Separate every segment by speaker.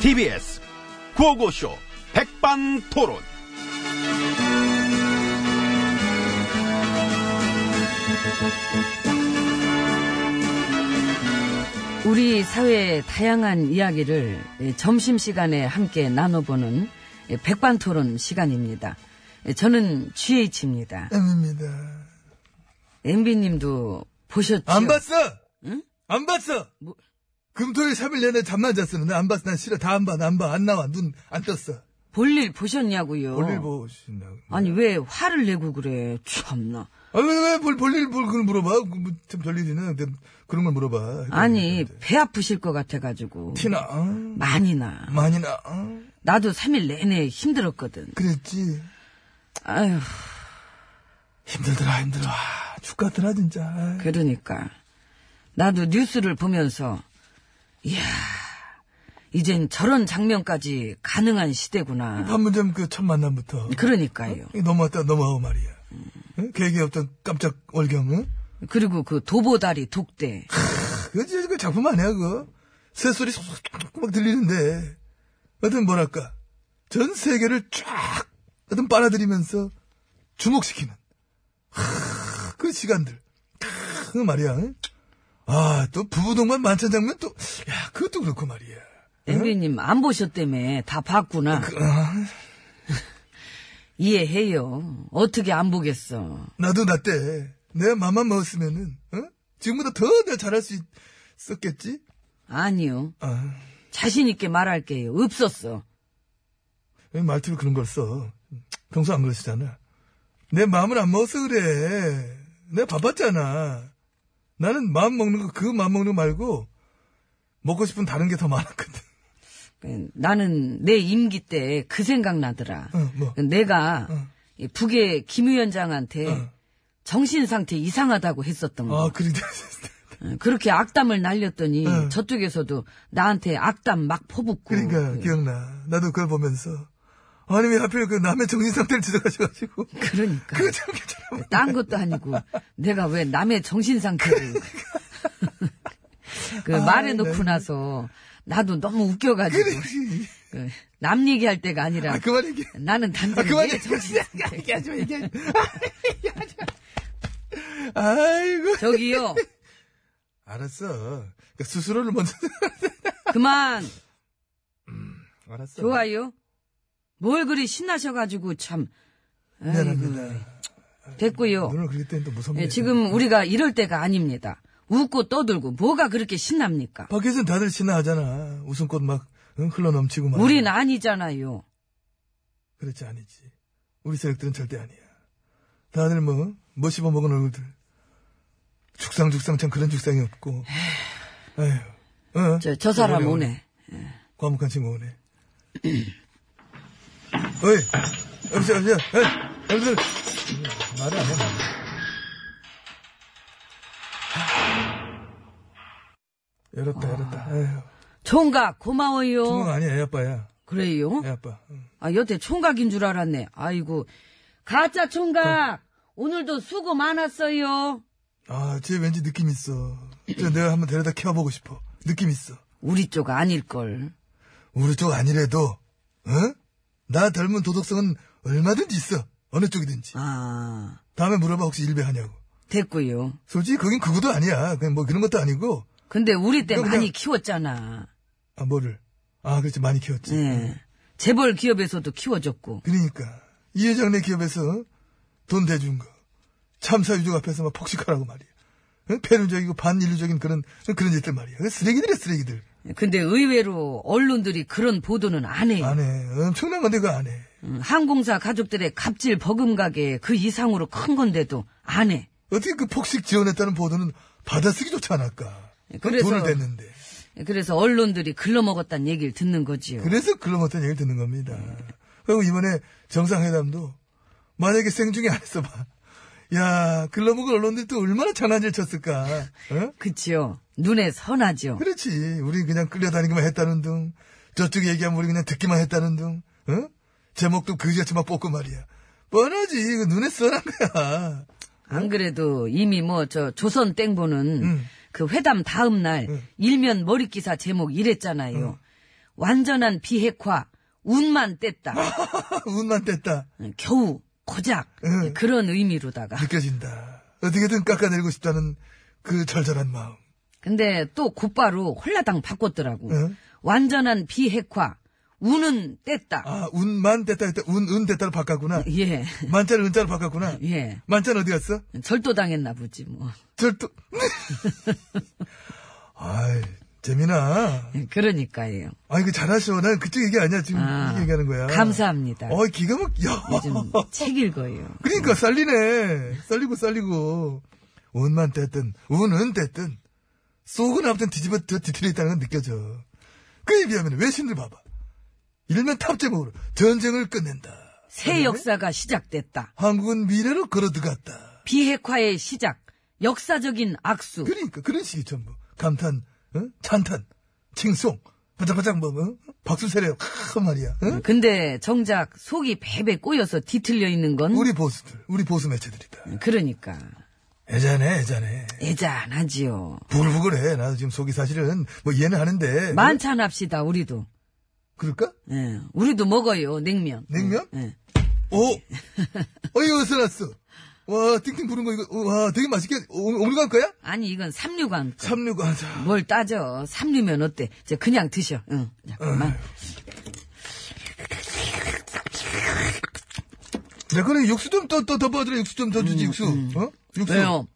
Speaker 1: TBS 구호고쇼 백반토론
Speaker 2: 우리 사회의 다양한 이야기를 예, 점심시간에 함께 나눠보는 예, 백반토론 시간입니다. 예, 저는 GH입니다.
Speaker 3: M입니다.
Speaker 2: MB님도 보셨죠?
Speaker 3: 안 봤어!
Speaker 2: 응?
Speaker 3: 안 봤어!
Speaker 2: 뭐?
Speaker 3: 금토일 3일 내내 잠만 잤어. 난안 봤어. 난 싫어. 다 안 봐. 나 안 봐. 안 나와. 눈 안 떴어.
Speaker 2: 볼일 보셨냐고요?
Speaker 3: 볼일 보신다고.
Speaker 2: 아니 왜 화를 내고 그래? 참나.
Speaker 3: 아, 왜, 왜, 볼, 볼일, 볼, 그걸 물어봐. 그 뭐, 참, 별일이네. 근데 그런 걸 물어봐.
Speaker 2: 아니 배 아프실 것 같아가지고
Speaker 3: 티나, 어?
Speaker 2: 많이 나.
Speaker 3: 많이 나, 어?
Speaker 2: 나도 3일 내내 힘들었거든.
Speaker 3: 그랬지.
Speaker 2: 아휴
Speaker 3: 힘들더라, 힘들어. 아, 죽 같더라, 진짜. 아이.
Speaker 2: 그러니까 나도 뉴스를 보면서 이야 이젠 저런 장면까지 가능한 시대구나
Speaker 3: 판문점 그 첫 만남부터.
Speaker 2: 그러니까요
Speaker 3: 이게 넘어왔다, 넘어가고 말이야. 응? 계획에 없던 깜짝 월경, 응?
Speaker 2: 그리고 그 도보다리 독대
Speaker 3: 그거 진짜 그 작품 아니야, 그거? 새소리 쏙쏙 막 들리는데. 하여튼, 뭐랄까. 전 세계를 쫙, 하여튼 빨아들이면서 주목시키는. 하, 그 시간들. 크, 그 말이야. 응? 아, 또 부부동반 만찬 장면 또, 야, 그것도 그렇고 말이야.
Speaker 2: 엠비님 안 보셨다며 다 봤구나
Speaker 3: 아,
Speaker 2: 이해해요 어떻게 안 보겠어
Speaker 3: 나도 나 때, 내 맘만 먹었으면은, 어? 지금보다 더 내가 잘할 수 있었겠지?
Speaker 2: 아니요
Speaker 3: 아,
Speaker 2: 자신 있게 말할게요 없었어
Speaker 3: 왜 말투로 그런 걸 써? 평소 안 그러시잖아. 내 마음을 안 먹어서 그래. 내가 바빴잖아. 나는 마음 먹는 거, 그 마음 먹는 거 말고, 먹고 싶은 다른 게 더 많았거든.
Speaker 2: 나는 내 임기 때 그 생각 나더라 그러니까
Speaker 3: 어, 뭐.
Speaker 2: 내가
Speaker 3: 어.
Speaker 2: 이 북의 김 위원장한테
Speaker 3: 어.
Speaker 2: 정신 상태 이상하다고 했었던 거.
Speaker 3: 아, 그래.
Speaker 2: 어, 그렇게 악담을 날렸더니
Speaker 3: 어.
Speaker 2: 저쪽에서도 나한테 악담 막 퍼붓고.
Speaker 3: 그러니까, 기억나. 나도 그걸 보면서. 아니, 왜 하필 그 남의 정신 상태를 지적하셔가지고.
Speaker 2: 그러니까.
Speaker 3: 그거 참 괜찮아.
Speaker 2: 딴 것도 아니고 내가 왜 남의 정신 상태를 그
Speaker 3: 아,
Speaker 2: 말해놓고
Speaker 3: 네.
Speaker 2: 나서 나도 너무 웃겨가지고
Speaker 3: 그래.
Speaker 2: 그남 얘기할 때가 아니라
Speaker 3: 아, 그만 얘기해.
Speaker 2: 나는
Speaker 3: 아,
Speaker 2: 단순히
Speaker 3: 그만
Speaker 2: 내 정신
Speaker 3: 얘기하지 마,
Speaker 2: 상태.
Speaker 3: 얘기하지 마, 얘기하지 마. 아이고.
Speaker 2: 저기요
Speaker 3: 알았어. 그러니까 스스로를 먼저.
Speaker 2: 그만
Speaker 3: 알았어.
Speaker 2: 좋아요 뭘 그리 신나셔가지고 참
Speaker 3: 미안합니다.
Speaker 2: 아이고, 됐고요
Speaker 3: 눈을 그릴 때는 또 무섭네.
Speaker 2: 예, 지금 우리가 이럴 때가 아닙니다. 웃고 떠들고 뭐가 그렇게 신납니까?
Speaker 3: 밖에서는 다들 신나하잖아. 웃음꽃 막 응, 흘러넘치고 막.
Speaker 2: 우린 아니잖아요.
Speaker 3: 그렇지 아니지. 우리 세력들은 절대 아니야. 다들 뭐, 뭐 씹어먹은 얼굴들. 죽상죽상 참 그런 죽상이 없고. 에휴. 어?
Speaker 2: 저, 저 사람 오네.
Speaker 3: 과묵한 친구 오네. 어이, 여보세요, 여보세요, 에이, 여보세요. 말을 안 해. 말을. 열었다, 열었다. 에휴,
Speaker 2: 총각 고마워요.
Speaker 3: 중국 아니야, 애아빠야.
Speaker 2: 그래요?
Speaker 3: 애아빠. 응.
Speaker 2: 아 여태 총각인 줄 알았네. 아이고 가짜 총각
Speaker 3: 어.
Speaker 2: 오늘도 수고 많았어요.
Speaker 3: 아, 쟤 왠지 느낌 있어. 쟤 내가 한번 데려다 키워보고 싶어. 느낌 있어.
Speaker 2: 우리 쪽 아닐 걸.
Speaker 3: 우리 쪽 아니래도, 응? 나 닮은 도덕성은 얼마든지 있어. 어느 쪽이든지.
Speaker 2: 아
Speaker 3: 다음에 물어봐, 혹시 일배하냐고.
Speaker 2: 됐고요.
Speaker 3: 솔직히 거긴 그거도 아니야. 그냥 뭐 그런 것도 아니고,
Speaker 2: 근데 우리 때
Speaker 3: 그럼
Speaker 2: 많이
Speaker 3: 그러니까 그냥-
Speaker 2: 키웠잖아.
Speaker 3: 아, 뭐를? 아, 그렇지. 많이 키웠지.
Speaker 2: 예. 재벌 기업에서도 키워줬고.
Speaker 3: 그러니까. 이 회장네 기업에서 돈 대준 거. 참사 유족 앞에서 막 폭식하라고 말이야. 응? 폐륜적이고 반인륜적인 그런, 그런 짓들 말이야. 그 쓰레기들이야, 쓰레기들.
Speaker 2: 근데 의외로 언론들이 그런 보도는 안 해요.
Speaker 3: 안 해. 엄청난 건데 그거 안 해.
Speaker 2: 음, 항공사 가족들의 갑질 버금가게 그 이상으로 큰 건데도 안 해.
Speaker 3: 어떻게 그 폭식 지원했다는 보도는 받아쓰기조차 않았까.
Speaker 2: 네, 그래서-
Speaker 3: 돈을 댔는데.
Speaker 2: 그래서 언론들이 글러먹었다는 얘기를 듣는 거지요.
Speaker 3: 그래서 글러먹었다는 얘기를 듣는 겁니다. 그리고 이번에 정상회담도 만약에 생중에 안 했어봐. 야, 글러먹을 언론들이 또 얼마나 장난질 쳤을까. 어?
Speaker 2: 그치요. 눈에 선하죠.
Speaker 3: 그렇지. 우린 그냥 끌려다니기만 했다는 둥. 저쪽 얘기하면 우리 그냥 듣기만 했다는 둥. 어? 제목도 그지같이 막 뽑고 말이야. 뻔하지. 이거 눈에 써난 거야.
Speaker 2: 안 그래도 이미 뭐 저 조선 땡보는
Speaker 3: 음.
Speaker 2: 그 회담 다음 날 일면 머리 기사 제목 이랬잖아요.
Speaker 3: 음.
Speaker 2: 완전한 비핵화 운만 뗐다.
Speaker 3: 운만 뗐다.
Speaker 2: 겨우 고작
Speaker 3: 아. 음.
Speaker 2: 그런 의미로다가.
Speaker 3: 느껴진다. 어떻게든 깎아내리고 싶다는 그 절절한 마음.
Speaker 2: 근데 또 곧바로 홀라당 바꿨더라고.
Speaker 3: 음.
Speaker 2: 완전한 비핵화 운은 뗐다.
Speaker 3: 아, 운만 뗐다 했다. 운, 은 뗐다로 바꿨구나.
Speaker 2: 예.
Speaker 3: 만자를 은자로 바꿨구나.
Speaker 2: 예.
Speaker 3: 만자는 어디 갔어?
Speaker 2: 절도당했나 보지 뭐.
Speaker 3: 절도. 아이, 재미나.
Speaker 2: 예, 그러니까요.
Speaker 3: 아, 이거 잘하셔. 난 그쪽 얘기 아니야. 지금
Speaker 2: 아,
Speaker 3: 이렇게 얘기하는 거야.
Speaker 2: 감사합니다.
Speaker 3: 어, 기가 막, 야.
Speaker 2: 요즘 책 읽어요.
Speaker 3: 그러니까 쌀리네. 쌀리고 쌀리고. 운만 뗐든 운은 뗐든 속은 앞든 뒤집어 더 뒤틀려 있다는 건 느껴져. 그에 비하면 외신들 봐봐. 일면 탑제목으로 전쟁을 끝낸다.
Speaker 2: 새 역사가 시작됐다.
Speaker 3: 한국은 미래로 걸어들어갔다.
Speaker 2: 비핵화의 시작. 역사적인 악수.
Speaker 3: 그러니까 그런 식이 전부 감탄, 어? 찬탄, 칭송, 바짝바짝 뭐 어? 박수 세례, 크 말이야. 어?
Speaker 2: 음. 근데 정작 속이 베베 꼬여서 뒤틀려 있는 건
Speaker 3: 우리 보수들, 우리 보수 매체들이다.
Speaker 2: 그러니까
Speaker 3: 애자네, 애자네.
Speaker 2: 애잔하지요.
Speaker 3: 부글부글해. 나도 지금 속이 사실은 뭐 이해는 하는데.
Speaker 2: 만찬합시다 우리도.
Speaker 3: 그럴까?
Speaker 2: 예, 우리도 먹어요 냉면.
Speaker 3: 냉면?
Speaker 2: 예.
Speaker 3: 오! 어, 이거 어디서 났어? 와, 띵띵 부른 거, 이거, 와, 되게 맛있게, 오늘 갈 거야?
Speaker 2: 아니 이건 삼류관. 거.
Speaker 3: 삼육, 아, 자.
Speaker 2: 뭘 따져? 삼류면 어때? 저 그냥 드셔. 응.
Speaker 3: 어,
Speaker 2: 잠깐만.
Speaker 3: 자, 그래, 육수 좀 더, 더, 더 뻗으라, 육수 좀 더 주지, 육수. 어? 육수.
Speaker 2: 음, 왜요?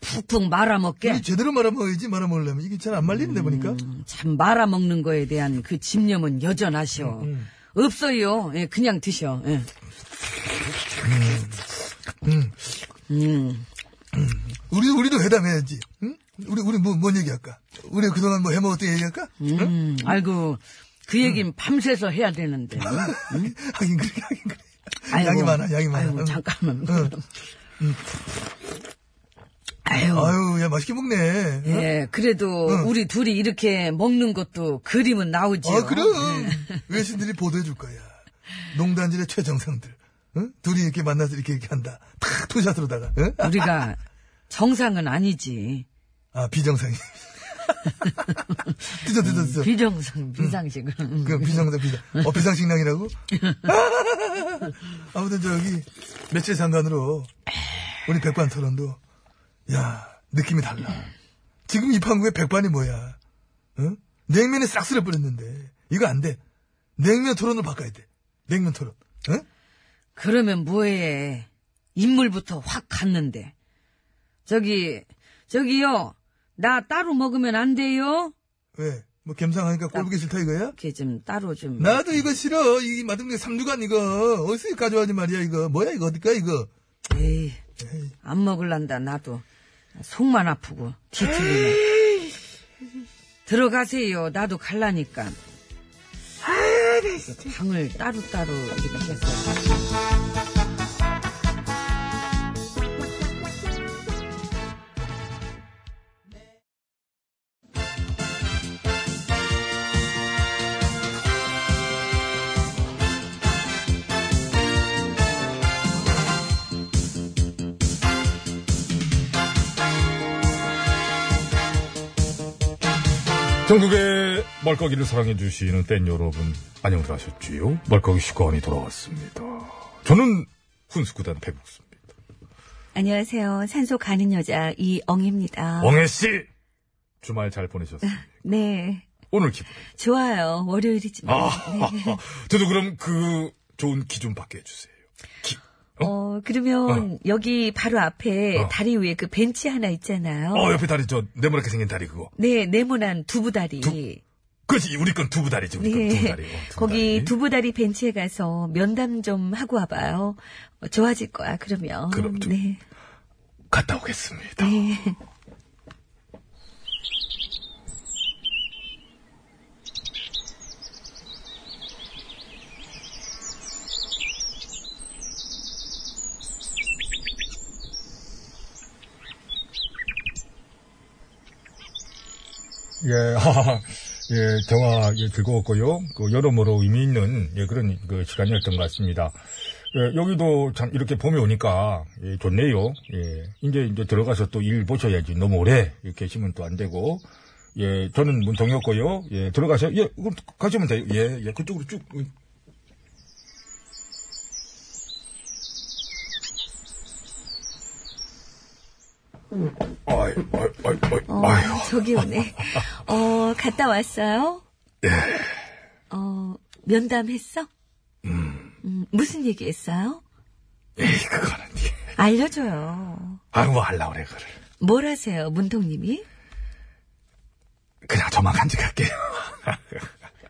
Speaker 2: 푹푹 말아먹게.
Speaker 3: 이게 제대로 말아먹어야지, 말아먹으려면. 이게 잘 안 말리는데, 보니까.
Speaker 2: 음, 참 말아먹는 거에 대한 그 집념은 여전하셔.
Speaker 3: 음,
Speaker 2: 없어요. 예, 그냥 드셔. 예.
Speaker 3: 우리, 우리도 회담해야지. 응? 우리, 우리 뭐, 뭔 얘기할까? 우리 그동안 뭐 해먹었던 얘기할까? 응?
Speaker 2: 음, 아이고 그 얘긴
Speaker 3: 음.
Speaker 2: 밤새서 해야 되는데.
Speaker 3: 하긴 그래, 하긴 그래.
Speaker 2: 음. 아이고,
Speaker 3: 음? 양이 많아, 양이 많아. 음.
Speaker 2: 아이고,
Speaker 3: 응.
Speaker 2: 잠깐만.
Speaker 3: 응.
Speaker 2: 아유.
Speaker 3: 아유, 야, 맛있게 먹네.
Speaker 2: 예, 그래도
Speaker 3: 음.
Speaker 2: 우리 둘이 이렇게 먹는 것도 그림은 나오지요. 네.
Speaker 3: 아, 그럼. 외신들이 보도해줄 거야. 농단질의 최정상들. 응? 둘이 이렇게 만나서 이렇게 이렇게 한다. 탁, 투샷으로다가. 응?
Speaker 2: 예. 우리가 정상은 아니지.
Speaker 3: 아, 비정상이. 뒤져, 뒤져, 뒤져.
Speaker 2: 음, 비정상, 비상식은.
Speaker 3: 음. 그 비상상, 비상. 어, 비상식량이라고? 아무튼 저기, 며칠 상관으로, 우리 백반 토론도, 야, 느낌이 달라. 지금 이 판국에 백반이 뭐야? 응? 냉면에 싹쓸어 뿌렸는데, 이거 안 돼. 냉면 토론으로 바꿔야 돼. 냉면 토론. 응?
Speaker 2: 그러면 뭐해. 인물부터 확 갔는데. 저기, 저기요. 나 따로 먹으면 안 돼요?
Speaker 3: 왜? 뭐 갬상하니까 꼴보기 싫다 이거야?
Speaker 2: 이렇게 좀 따로 좀.
Speaker 3: 나도 이거 싫어. 이 마등대 삼두간 이거. 어디서 가져와지 말이야 이거. 뭐야 이거 어디까 이거.
Speaker 2: 에이, 안 먹을란다, 나도. 속만 아프고, 뒤틀리네. 들어가세요. 나도 갈라니까. 방을 따로따로 이렇게 해서.
Speaker 4: 전국의 말까기를 사랑해주시는 팬 여러분, 안녕들 하셨지요? 말까기 시간이 돌아왔습니다. 저는 훈수구단 배국수입니다.
Speaker 5: 안녕하세요. 산소 가는 여자 이엉입니다.
Speaker 4: 엉애씨! 주말 잘 보내셨습니까?
Speaker 5: 네.
Speaker 4: 오늘 기분.
Speaker 5: 좋아요. 네. 월요일이지만.
Speaker 4: 아, 저도 그럼 그 좋은 기준 받게 해주세요. 기,
Speaker 5: 어, 그러면 여기 바로 앞에
Speaker 4: 어.
Speaker 5: 다리 위에 그 벤치 하나 있잖아요.
Speaker 4: 어, 옆에 다리, 저, 네모나게 생긴 다리 그거.
Speaker 5: 네, 네모난 두부다리.
Speaker 4: 그렇지, 우리 건 두부다리지, 우리 건
Speaker 5: 네.
Speaker 4: 두부다리. 어, 두부다리.
Speaker 5: 거기 두부다리 벤치에 가서 면담 좀 하고 와봐요. 어, 좋아질 거야, 그러면.
Speaker 4: 그럼 좀-
Speaker 5: 네.
Speaker 4: 갔다 오겠습니다. 예, 하하. 예, 대화 예, 즐거웠고요. 그 여러모로 의미 있는 예, 그런 그 시간이었던 것 같습니다. 예, 여기도 참 이렇게 봄이 오니까 예, 좋네요. 예, 이제 이제 들어가서 또 일 보셔야지. 너무 오래 이렇게 계시면 또 안 되고. 예, 저는 문통이었고요. 예, 들어가서 예, 그럼 가시면 돼요. 예, 예, 그쪽으로 쭉. 음. 아이, 아이, 아이, 아이, 아이.
Speaker 5: 저기 오네. 어, 갔다 왔어요?
Speaker 4: 예.
Speaker 5: 어, 면담했어? 음, 무슨 얘기 했어요?
Speaker 4: 에이, 그거는. 예.
Speaker 5: 알려줘요.
Speaker 4: 아유, 뭐 하려고 그래, 그걸.
Speaker 5: 뭘 하세요, 문통님이?
Speaker 4: 그냥 저만 간직할게요.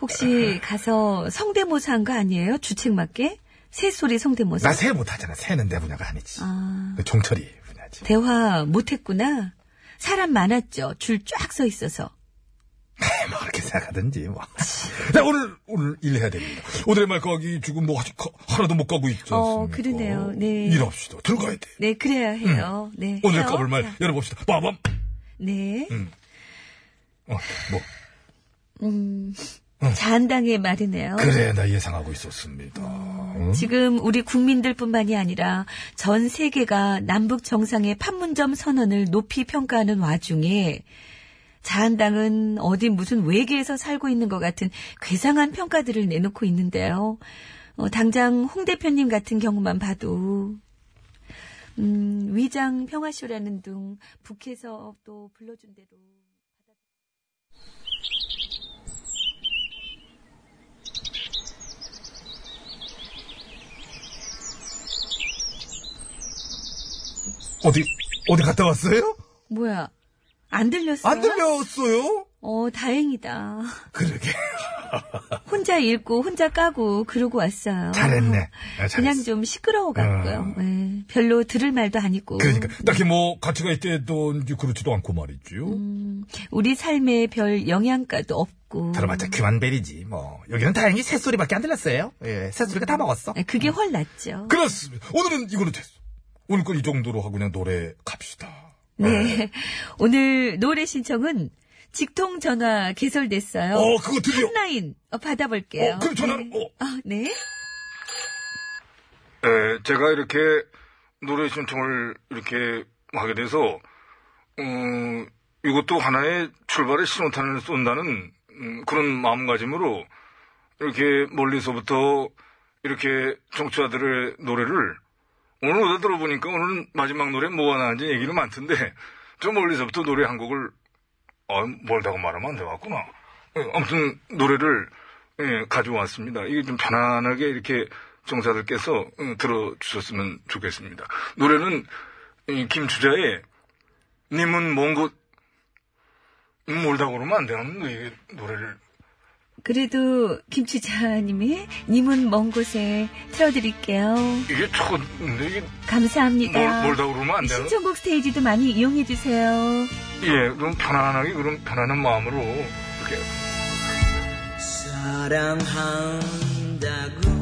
Speaker 5: 혹시 가서 성대모사 한 거 아니에요? 주책 맞게? 새소리 성대모사.
Speaker 4: 나 새 못하잖아. 새는 내 분야가 아니지.
Speaker 5: 아,
Speaker 4: 그 종철이 분야지.
Speaker 5: 대화 못했구나. 사람 많았죠. 줄 쫙 서 있어서.
Speaker 4: 뭐, 그렇게 생각하든지, 뭐. 자, 오늘, 오늘 일해야 됩니다. 오늘의 말까기 지금 뭐, 아직 거- 하나도 못 가고 있지 않습니까?
Speaker 5: 어, 그러네요. 네.
Speaker 4: 일합시다. 들어가야 돼.
Speaker 5: 네, 그래야 해요. 네.
Speaker 4: 오늘
Speaker 5: 해요.
Speaker 4: 까볼 말
Speaker 5: 자,
Speaker 4: 열어봅시다. 빠밤!
Speaker 5: 네.
Speaker 4: 어, 뭐.
Speaker 5: 음. 자한당의 말이네요.
Speaker 4: 그래, 나 예상하고 있었습니다. 응?
Speaker 5: 지금 우리 국민들뿐만이 아니라 전 세계가 남북 정상의 판문점 선언을 높이 평가하는 와중에 자한당은 어디 무슨 외계에서 살고 있는 것 같은 괴상한 평가들을 내놓고 있는데요. 어, 당장 홍 대표님 같은 경우만 봐도 음, 위장 평화쇼라는 둥 북에서 또 불러준 대로.
Speaker 3: 어디, 어디 갔다 왔어요?
Speaker 5: 뭐야? 안 들렸어요?
Speaker 3: 안 들려왔어요?
Speaker 5: 어, 다행이다.
Speaker 4: 그러게.
Speaker 5: 혼자 읽고 혼자 까고 그러고 왔어요.
Speaker 4: 잘했네. 아,
Speaker 5: 그냥
Speaker 4: 잘했어.
Speaker 5: 좀 시끄러워갖고요.
Speaker 4: 아.
Speaker 5: 예, 별로 들을 말도 아니고.
Speaker 4: 그러니까. 딱히 뭐, 가치가 있대도 그렇지도 않고 말이죠.
Speaker 5: 음, 우리 삶에 별 영향가도 없고.
Speaker 4: 들어봤자 귀만벨이지, 뭐. 여기는 다행히 새소리밖에 안 들렸어요. 예, 새소리가 다 먹었어.
Speaker 5: 예, 그게 훨 낫죠.
Speaker 4: 그렇습니다. 오늘은 이걸로 됐어. 오늘 건 이 정도로 하고 그냥 노래 갑시다. 예.
Speaker 5: 네. 오늘 노래 신청은 직통 전화 개설됐어요.
Speaker 4: 어, 그거 드디어.
Speaker 5: 한라인 어, 받아볼게요.
Speaker 4: 어, 그럼 전화,
Speaker 5: 네.
Speaker 4: 어.
Speaker 5: 아, 네.
Speaker 4: 에, 예, 제가 이렇게 노래 신청을 이렇게 하게 돼서, 음, 이것도 하나의 출발의 신호탄을 쏜다는 음, 그런 마음가짐으로 이렇게 멀리서부터 이렇게 정치자들의 노래를 오늘 오다 들어보니까 오늘 마지막 노래 뭐 하나인지 얘기는 많던데 저 멀리서부터 노래 한 곡을 아, 멀다고 말하면 안 되겠구나. 예, 아무튼 노래를 예, 가져왔습니다. 이게 좀 편안하게 이렇게 정사들께서 음, 들어주셨으면 좋겠습니다. 노래는 이 김추자의 님은 먼 곳 음, 멀다고 그러면 안 되는 이 노래를
Speaker 5: 그래도 김추자님이 님은 먼 곳에 틀어드릴게요.
Speaker 4: 이게 첫 근데 이게
Speaker 5: 감사합니다.
Speaker 4: 멀, 멀다고 그러면 안 되는
Speaker 5: 신청곡 스테이지도 많이 이용해주세요.
Speaker 4: 예, 좀 편안하게 그런 편안한 마음으로 이렇게
Speaker 1: 사랑한다고